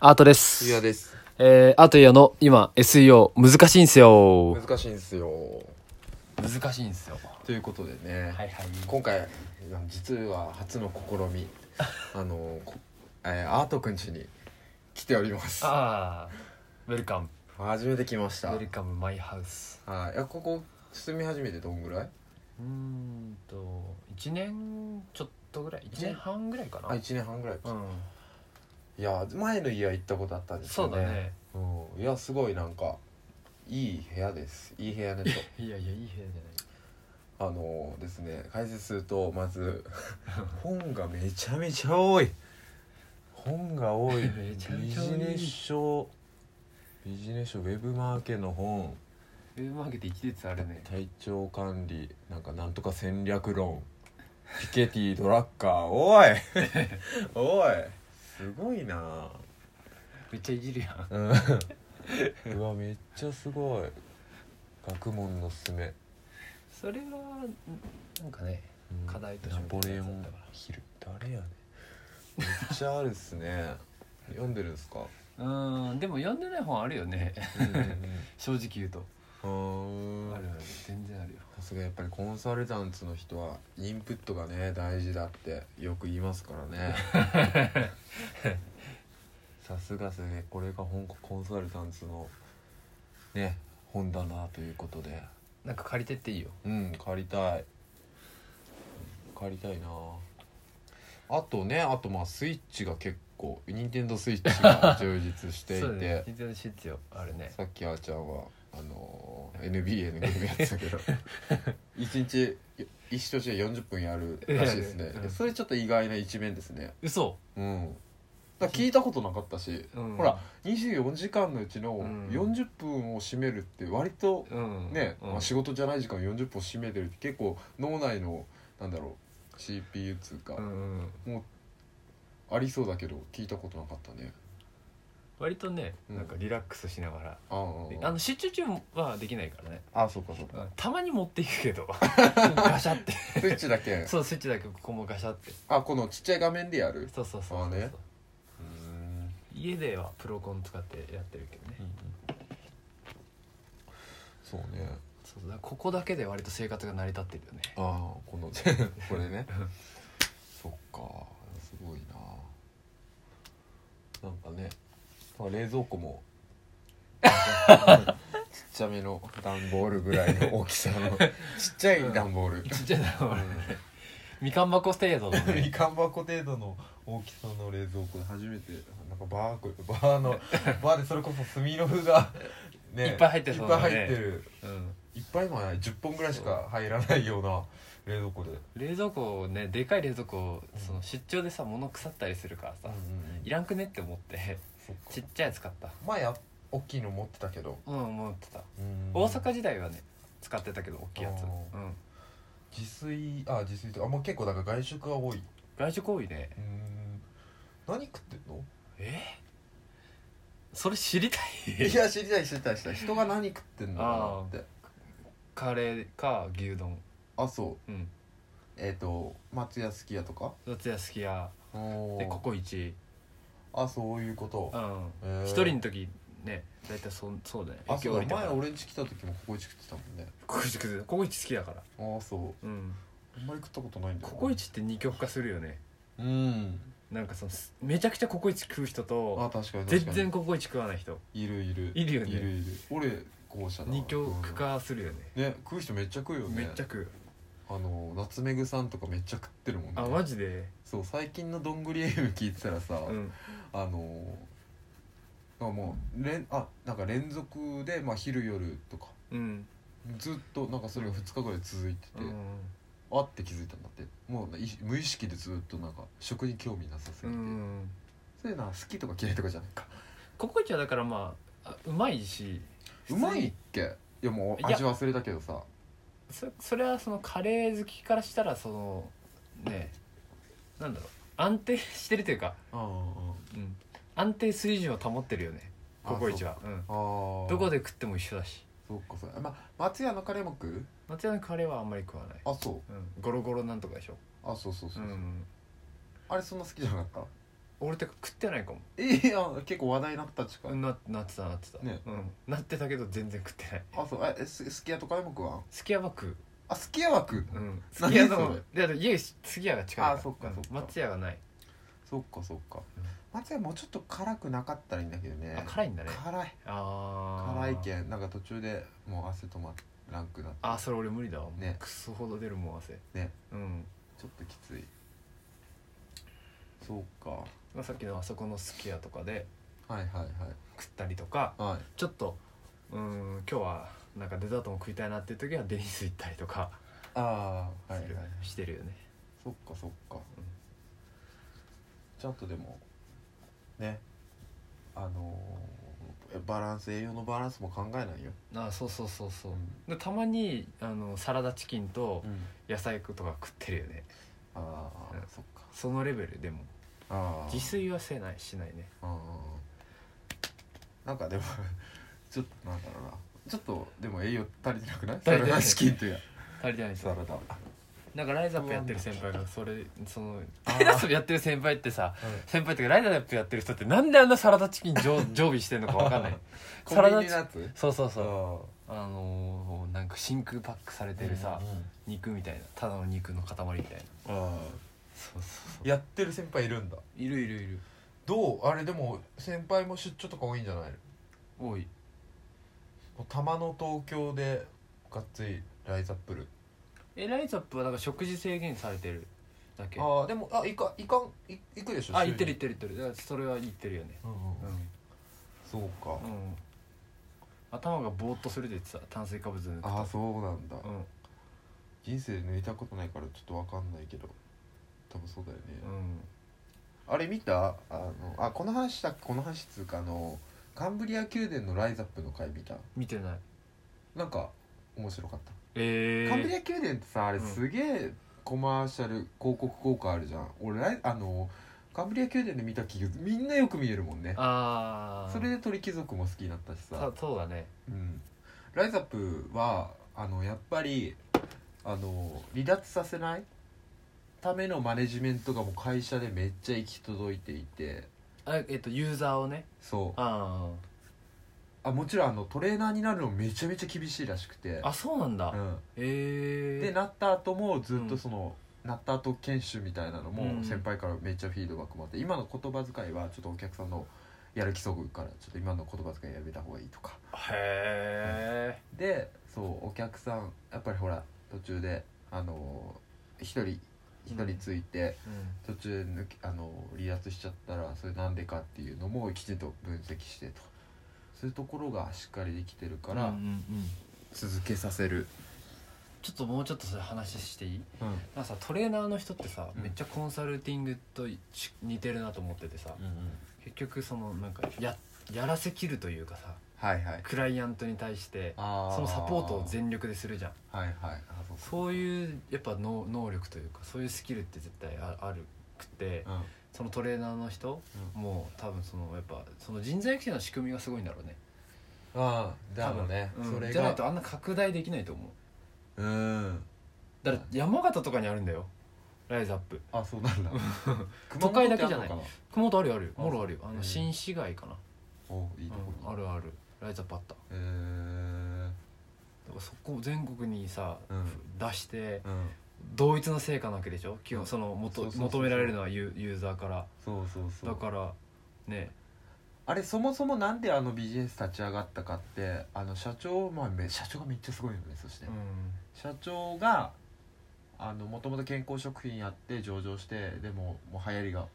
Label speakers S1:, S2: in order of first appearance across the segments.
S1: アートで
S2: ゆうや
S1: す。
S2: です
S1: えー、アートイヤの今 SEO 難しいんすよ。
S2: 難しいんですよ
S1: 難しいんすよ。
S2: ということでね、
S1: はいはい。
S2: 今回実は初の試 みあのこえーアートくんちに来ております
S1: あー、ウェルカム。
S2: 初めて来まし
S1: ウ
S2: た
S1: ェルカムマイハウス。
S2: はいいやここ住み始めてどんぐらいう
S1: ーんと、1年ちょっとぐらい、1年半ぐらいかな。
S2: あ1年半ぐらいか、
S1: うん。
S2: いや前の家は行ったことあったんです
S1: そ
S2: よ
S1: うだね。
S2: うん、いやすごいなんかいい部屋ですいい部屋ねと
S1: いやいや、いい部屋じ
S2: あのですね解説するとまず 本がめちゃめちゃ多い本が多い
S1: めちゃめちゃ多い
S2: ビジネス書ビジネス書ウェブマーケの本
S1: ゃない。ウェブマーケット1列あるね。
S2: 体調管理なんかなんとか戦略論ピケティドラッカー おいおいすごいな
S1: めっちゃいじるやん。
S2: うんうわめっちゃすごい学問のすすめ
S1: それは、なんかね、課題として
S2: ナ
S1: も
S2: ポレオ
S1: 出て
S2: ン
S1: たやつだから
S2: ヒル誰やねんめっちゃあるっす ね読んでるんですか
S1: うーん、でも読んでない本あるよね。 正直言うと。
S2: うん
S1: あるある。全然あるよ。
S2: さすがやっぱりコンサルタンツの人はインプットがね大事だってよく言いますから ねさすがですねこれが本コンサルタンツのね本だなということで
S1: なんか借りてっていいよ。
S2: うん借りたい借りたいなあとねあとまあスイッチが結構任天堂スイッチが充実して い
S1: そうだね
S2: て、
S1: 全然知ってよあれね
S2: さっきあーちゃんはあのー NBA のゲームやってた けど一日一試合で40分やるらしいですね
S1: やるうん
S2: それちょっと意外な一面ですね
S1: 嘘
S2: うんだから聞いたことなかったし、
S1: うん
S2: ほら24時間のうちの
S1: うん
S2: 40分を占めるって割と
S1: うん
S2: ね、
S1: うん
S2: まあ、仕事じゃない時間40分を占めてるって結構脳内のなんだろう CPU っつうか、
S1: うんうん
S2: ありそうだけど聞いたことなかったね
S1: 割とね
S2: うん
S1: なんかリラックスしながら、
S2: ああ
S1: で
S2: あ
S1: あの集中中はできないからね、
S2: ああそうかそうか
S1: うんたまに持っていくけ どガシャって
S2: スイッチだ け
S1: そうスイッチだけここもガシャって
S2: あこのちっちゃい画面でやる
S1: そうそうそう
S2: あーね
S1: そうそう
S2: うん
S1: 家ではプロコン使ってやってるけどね、
S2: そうね
S1: そうそうだからここだけで割と生活が成り立ってるよね
S2: ああ このこれねそっかすごいななんかねまあ冷蔵庫も ちっちゃめの段ボールぐらいの大きさのちっちゃい段ボール
S1: ちっちゃいな俺みかん箱ステイヤーだもん
S2: み
S1: ね
S2: かん箱程度の大きさの冷蔵庫で初めてなんかバーこバー のバーでそれこそ炭の風が、ね、
S1: いっぱい入ってそうだね
S2: いっぱい入ってる
S1: うん
S2: いっぱいもない10本ぐらいしか入らないような冷蔵庫で、
S1: 冷蔵庫をねでかい冷蔵庫を
S2: うん
S1: その出張でさ物腐ったりするからさ、いらんくねって思 って
S2: そっか
S1: ちっちゃいやつ買った
S2: 前あ大きいの持ってたけど、
S1: うん思ってた大阪時代はね使ってたけど大きいやつ、う
S2: あ
S1: ん
S2: ー、自炊あ自炊とかあもう結構だから外食が多い
S1: 外食多いね
S2: うん何食ってんの
S1: えそれ知りたい
S2: いや知りたい知りたい知りたい人が何食ってんのかなって
S1: カレーか牛丼
S2: あそう
S1: うん
S2: えっ、と松屋すき家とか
S1: 四谷すき家
S2: お
S1: でココイチ
S2: あそういうこと
S1: うん
S2: へー
S1: 一人の時ね大体そんそうだね
S2: あそう
S1: 駅降り
S2: だ前
S1: たから
S2: 俺ん家来た時もココイチ食ってたもんね
S1: ココイチ食ってたココイチ好きだから
S2: ああそう
S1: うん
S2: あんまり食ったことないんだよ
S1: コ
S2: な
S1: コイチって二極化するよね
S2: うん
S1: なんかそのすめちゃくちゃココイチ食う人
S2: あ
S1: と
S2: 確かに確かに
S1: 全然ココイチ食わない人
S2: いるいる
S1: いるよね
S2: いるいる俺後者だな
S1: 二極化するよね
S2: うんね食う人めっちゃ食うよね
S1: めっちゃ食う
S2: あの夏目ぐさんとかめっちゃ食ってるもんね
S1: あマジで
S2: そう最近のどんぐり M 聞いてたらさ、
S1: うん
S2: あのあもう連あなんか連続で、まあ、昼夜とか
S1: うん
S2: ずっとなんかそれが2日ぐらい続いてて、
S1: うん
S2: あって気づいたんだってもうい無意識でずっとなんか食に興味なさす
S1: う
S2: ぎて、
S1: ん
S2: そういうのは好きとか嫌いとかじゃないか
S1: ココイチはだからまああうまいし
S2: うまいっけいやもう
S1: いや
S2: 味忘れたけどさ
S1: そそれはそのカレー好きからしたらそのねなんだろう安定してるというか、
S2: あー
S1: うん、安定水準を保ってるよね
S2: あー
S1: ココイチはう、ん、
S2: あー
S1: どこで食っても一緒だし
S2: そっかそうま松屋のカレーも食う
S1: 松屋のカレーはあんまり食わない、
S2: あそう
S1: うん、ゴロゴロなんとかでしょ、
S2: あそうそう
S1: う
S2: そうそう、
S1: ん、
S2: あれそんな好きじゃなかった
S1: 俺俺てか食ってないかも
S2: いや結構話題になったっちか、
S1: ななってたなってた、
S2: ね
S1: うん、なってたけど全然食ってない
S2: あそうえすすき家とかでも食わん
S1: すき家は食う
S2: あすき家は食う
S1: うんす
S2: 何
S1: き家の
S2: そ
S1: いやでも家すき家が近いから
S2: あそっかそっか
S1: うん松屋がない
S2: そっかそっか
S1: うん
S2: 松屋もうちょっと辛くなかったらいいんだけどね
S1: あ辛いんだね
S2: 辛い
S1: あー
S2: 辛いけんなんか途中でもう汗止まらんくなって
S1: あそれ俺無理だわもう
S2: ね
S1: クソほど出るもん汗
S2: ね
S1: うん
S2: ちょっときついそうかは
S1: まあさっきのあそこのすき家とかで
S2: いはい
S1: 食ったりとか
S2: はいはい
S1: ちょっとうーん今日はなんかデザートも食いたいなっていう時はデニス行ったりとか
S2: あ
S1: す
S2: あはい
S1: る、
S2: はい
S1: してるよね
S2: そっかそっか、ちゃんとでもねあのーえバランス栄養のバランスも考えないよ、
S1: あそうそうそうそう、
S2: うん
S1: でたまにあのサラダチキンと
S2: うん、
S1: 野菜とか食ってるよね
S2: あ
S1: う
S2: あ、
S1: ん
S2: そっか
S1: そのレベルでも
S2: ああ
S1: 自炊はせないしないね
S2: ああなんかでも ちょっとなんだろうなちょっとでも栄養足りてなくない
S1: 足りてない
S2: サラダチキ ンとや
S1: 足りてない
S2: サラダ
S1: なんかライザップやってる先輩がそれそのテラスやってる先輩ってさ先輩っていうかライザップやってる人ってなんであんなサラダチキン常 常備してんのかわかん ない
S2: コ
S1: サ
S2: ンビ
S1: ラ
S2: ニの
S1: ダチ
S2: やつ
S1: そうそうそう
S2: そ
S1: あのー、なんか真空パックされてるさ、肉みたいなただの肉の塊みたいな
S2: あ
S1: そうそう
S2: やってる先輩いるんだ
S1: いるいるいる
S2: どうあれでも先輩も出張とか多いんじゃない
S1: 多い
S2: の玉の東京でがっつりライザップル
S1: えライザップはなんか食事制限されてるだけ
S2: ああでもあいかいかんい行くでしょ
S1: あ言ってる言っ
S2: 週
S1: てる言ってるだからそれは言ってるよね
S2: にうんうん
S1: うん
S2: そうか
S1: うん、頭がぼーっとするでってさ炭水化物抜くと
S2: ああそうなんだ
S1: うん
S2: 人生で抜いたことないからちょっとわかんないけど多分そうだよね
S1: うん
S2: あれ見たあのあこの話したっけこの話っつうかあのカンブリア宮殿のライザップの回見た
S1: 見てない
S2: なんか面白かった、
S1: ええ
S2: カンブリア宮殿ってさあれ
S1: うん
S2: すげえコマーシャル広告効果あるじゃん俺ライあのカンブリア宮殿で見た企業みんなよく見えるもんね
S1: ああ
S2: それで鳥貴族も好きになったしさ
S1: さ、そうだね
S2: うん、ライザップはあのやっぱりあの離脱させないためのマネジメントがもう会社でめっちゃ行き届いていて
S1: あえっとユーザーをね
S2: そう
S1: あ
S2: あもちろんあのトレーナーになるのめちゃめちゃ厳しいらしくて
S1: ああそうなんだ、
S2: うん、
S1: ええ
S2: でなった後もずっ
S1: う
S2: と
S1: ん
S2: その、なった後研修みたいなの
S1: う
S2: も
S1: ん
S2: 先輩からめっちゃフィードバックもあって今の言葉遣いはちょっとお客さんのやる気そぐからちょっと今の言葉遣いやめた方がいいとか
S1: へえ
S2: でそうお客さんやっぱりほら途中であの一人一人ついて、
S1: うん
S2: 途中で抜きあの離脱しちゃったらそれなんでかっていうのもきちんと分析してとそういうところがしっかりできてるから、
S1: うんうんうん
S2: 続けさせる、
S1: ちょっともうちょっとそれ話していいなんかさトレーナーの人ってさ、
S2: うん
S1: めっちゃコンサルティングとち似てるなと思っててさ、結局そのなんかややらせきるというかさ
S2: はいはい
S1: クライアントに対して
S2: あー
S1: そのサポートを全力でするじゃん
S2: はいはいあそうそ
S1: そういうやっぱ能能力というかそういうスキルって絶対ああるくて
S2: ううん
S1: そのトレーナーの人も多分そのやっぱその人材育成の仕組みがすごいんだろうね
S2: ああだろうね、
S1: 多分うん
S2: それ
S1: じゃない
S2: が
S1: とあんな拡大できないと思う
S2: うん
S1: だから山形とかにあるんだよライズアップ
S2: あそうなんだ
S1: 都会だけじゃない
S2: 熊本ってあんのか
S1: 熊本あるよあるよ
S2: あ
S1: もろあるよあ
S2: う
S1: の
S2: ん
S1: 新市街かな、
S2: おいいとこ
S1: うんあ
S2: に
S1: るあるライズアップあった
S2: へえ
S1: だからそこを全国にさ、
S2: うん
S1: 出して
S2: うん
S1: 同一の成果なわけでしょ基
S2: うん
S1: 本そのも
S2: そうそうそうそう
S1: 求められるのはユーユーザーから
S2: そうそうそう
S1: だからね
S2: あれそもそもなんであのビジネス立ち上がったかってあの社長まあめ社長がめっちゃすごいよねそして、
S1: う
S2: 社長があのもともと健康食品やって上場してでももう流行りが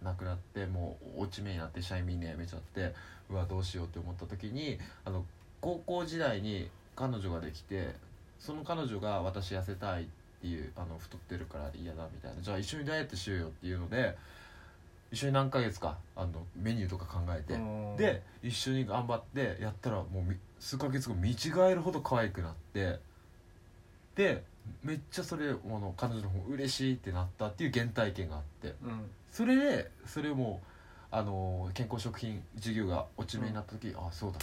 S2: なくなってもう落ち目になって社員みんな辞めちゃってうわどうしようって思った時にあの高校時代に彼女ができてその彼女が「私痩せたい」っていうあの太ってるから嫌だみたいなじゃあ一緒にダイエットしようよっていうので一緒に何ヶ月かあのメニューとか考えて、
S1: ん
S2: で一緒に頑張ってやったらもうみ数ヶ月後見違えるほど可愛くなってでめっちゃそれあの彼女の方嬉しいってなったっていう原体験があって
S1: うん
S2: それでそれもあの健康食品事業が落ち目になった時、あそうだ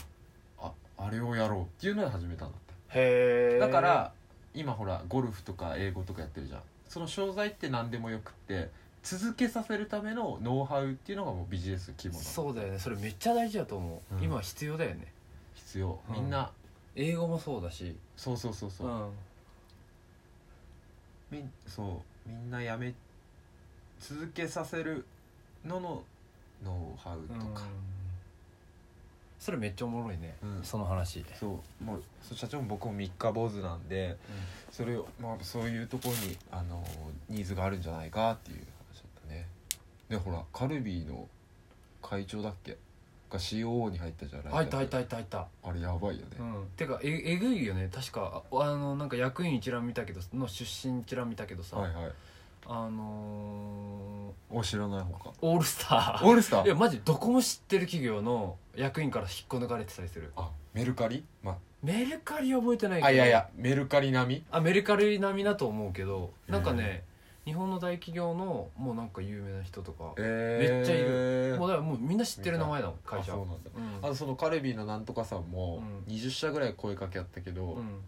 S2: ああれをやろうっていうので始めたんだって
S1: へえ
S2: だから今ほらゴルフとか英語とかやってるじゃんその商材って何でもよくって続けさせるためのノウハウっていうのがもうビジネス規模の
S1: そうだよねそれめっちゃ大事だと思う、
S2: うん
S1: 今必要だよね
S2: 必要、
S1: うん
S2: みんな
S1: 英語もそうだし
S2: そうそうそうそう、
S1: ん
S2: みんそうみんなやめ続けさせるののノウハウとか、
S1: それめっちゃおもろいね、
S2: うん
S1: その話
S2: そうもうそう社長も僕も三日坊主なんでそれを、まあ、そういうところにあのニーズがあるんじゃないかっていう話だったねでほらカルビーの会長だっけが COO に入ったじゃない
S1: 入った入った入った入った
S2: あれやばいよね、
S1: うんてかええぐいよね確かああのなんか役員一覧見たけどの出身一覧見たけどさ、
S2: はいはい
S1: あの
S2: お知らないほか
S1: ー、オールスター
S2: オールスタ
S1: いや
S2: ー
S1: マジどこも知ってる企業の役員から引っこ抜かれてたりする
S2: あメルカリ、ま
S1: メルカリ覚えてないけど
S2: あ、あいやいやメルカリ並み
S1: あメルカリ並みだと思うけどなんかね、日本の大企業のもうなんか有名な人とか、
S2: えー
S1: めっちゃい
S2: る
S1: もうだからもうみんな知ってる名前だもん会社
S2: あそうなんだ
S1: うん
S2: あとそのカルビーのなんとかさんも
S1: う
S2: 20社ぐらい声かけあったけど、
S1: うん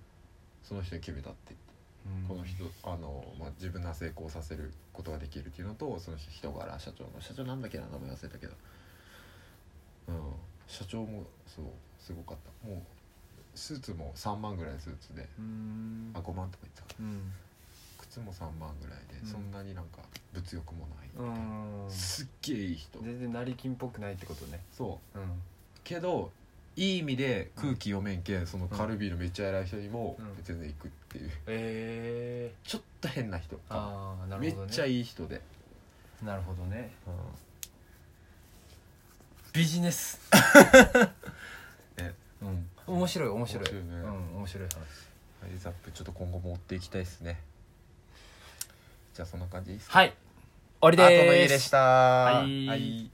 S2: その人に決めたって言って
S1: うん
S2: この人あの、まあ、自分が成功させることができるっていうのとその人柄社長の社長なんだっけな名前忘れたけど、うん、社長もそうすごかったもうスーツも3万ぐらいのスーツで
S1: うん
S2: あ5万とか言ってたか
S1: うん
S2: な靴も3万ぐらいで、
S1: うん
S2: そんなになんか物欲もない、
S1: うん
S2: すっげえいい人
S1: 全然成金っぽくないってことね
S2: そう
S1: うん
S2: けどいい意味で空気読めんけんそのカルビーのめっちゃ偉い人にも
S1: うん
S2: 全然行くっていう、
S1: ええ
S2: ちょっと変な人
S1: ああな
S2: め
S1: る
S2: っ
S1: ほどね
S2: ちゃいい人で、
S1: なるほどねビジネ ス
S2: ね
S1: うん面白い面白い
S2: 面白いね
S1: うん面白い話
S2: ライズアップちょっと今後も追っていきたいですねじゃあそんな感じですか
S1: はい終わり
S2: あと
S1: でーす
S2: の家でした
S1: はい
S2: はい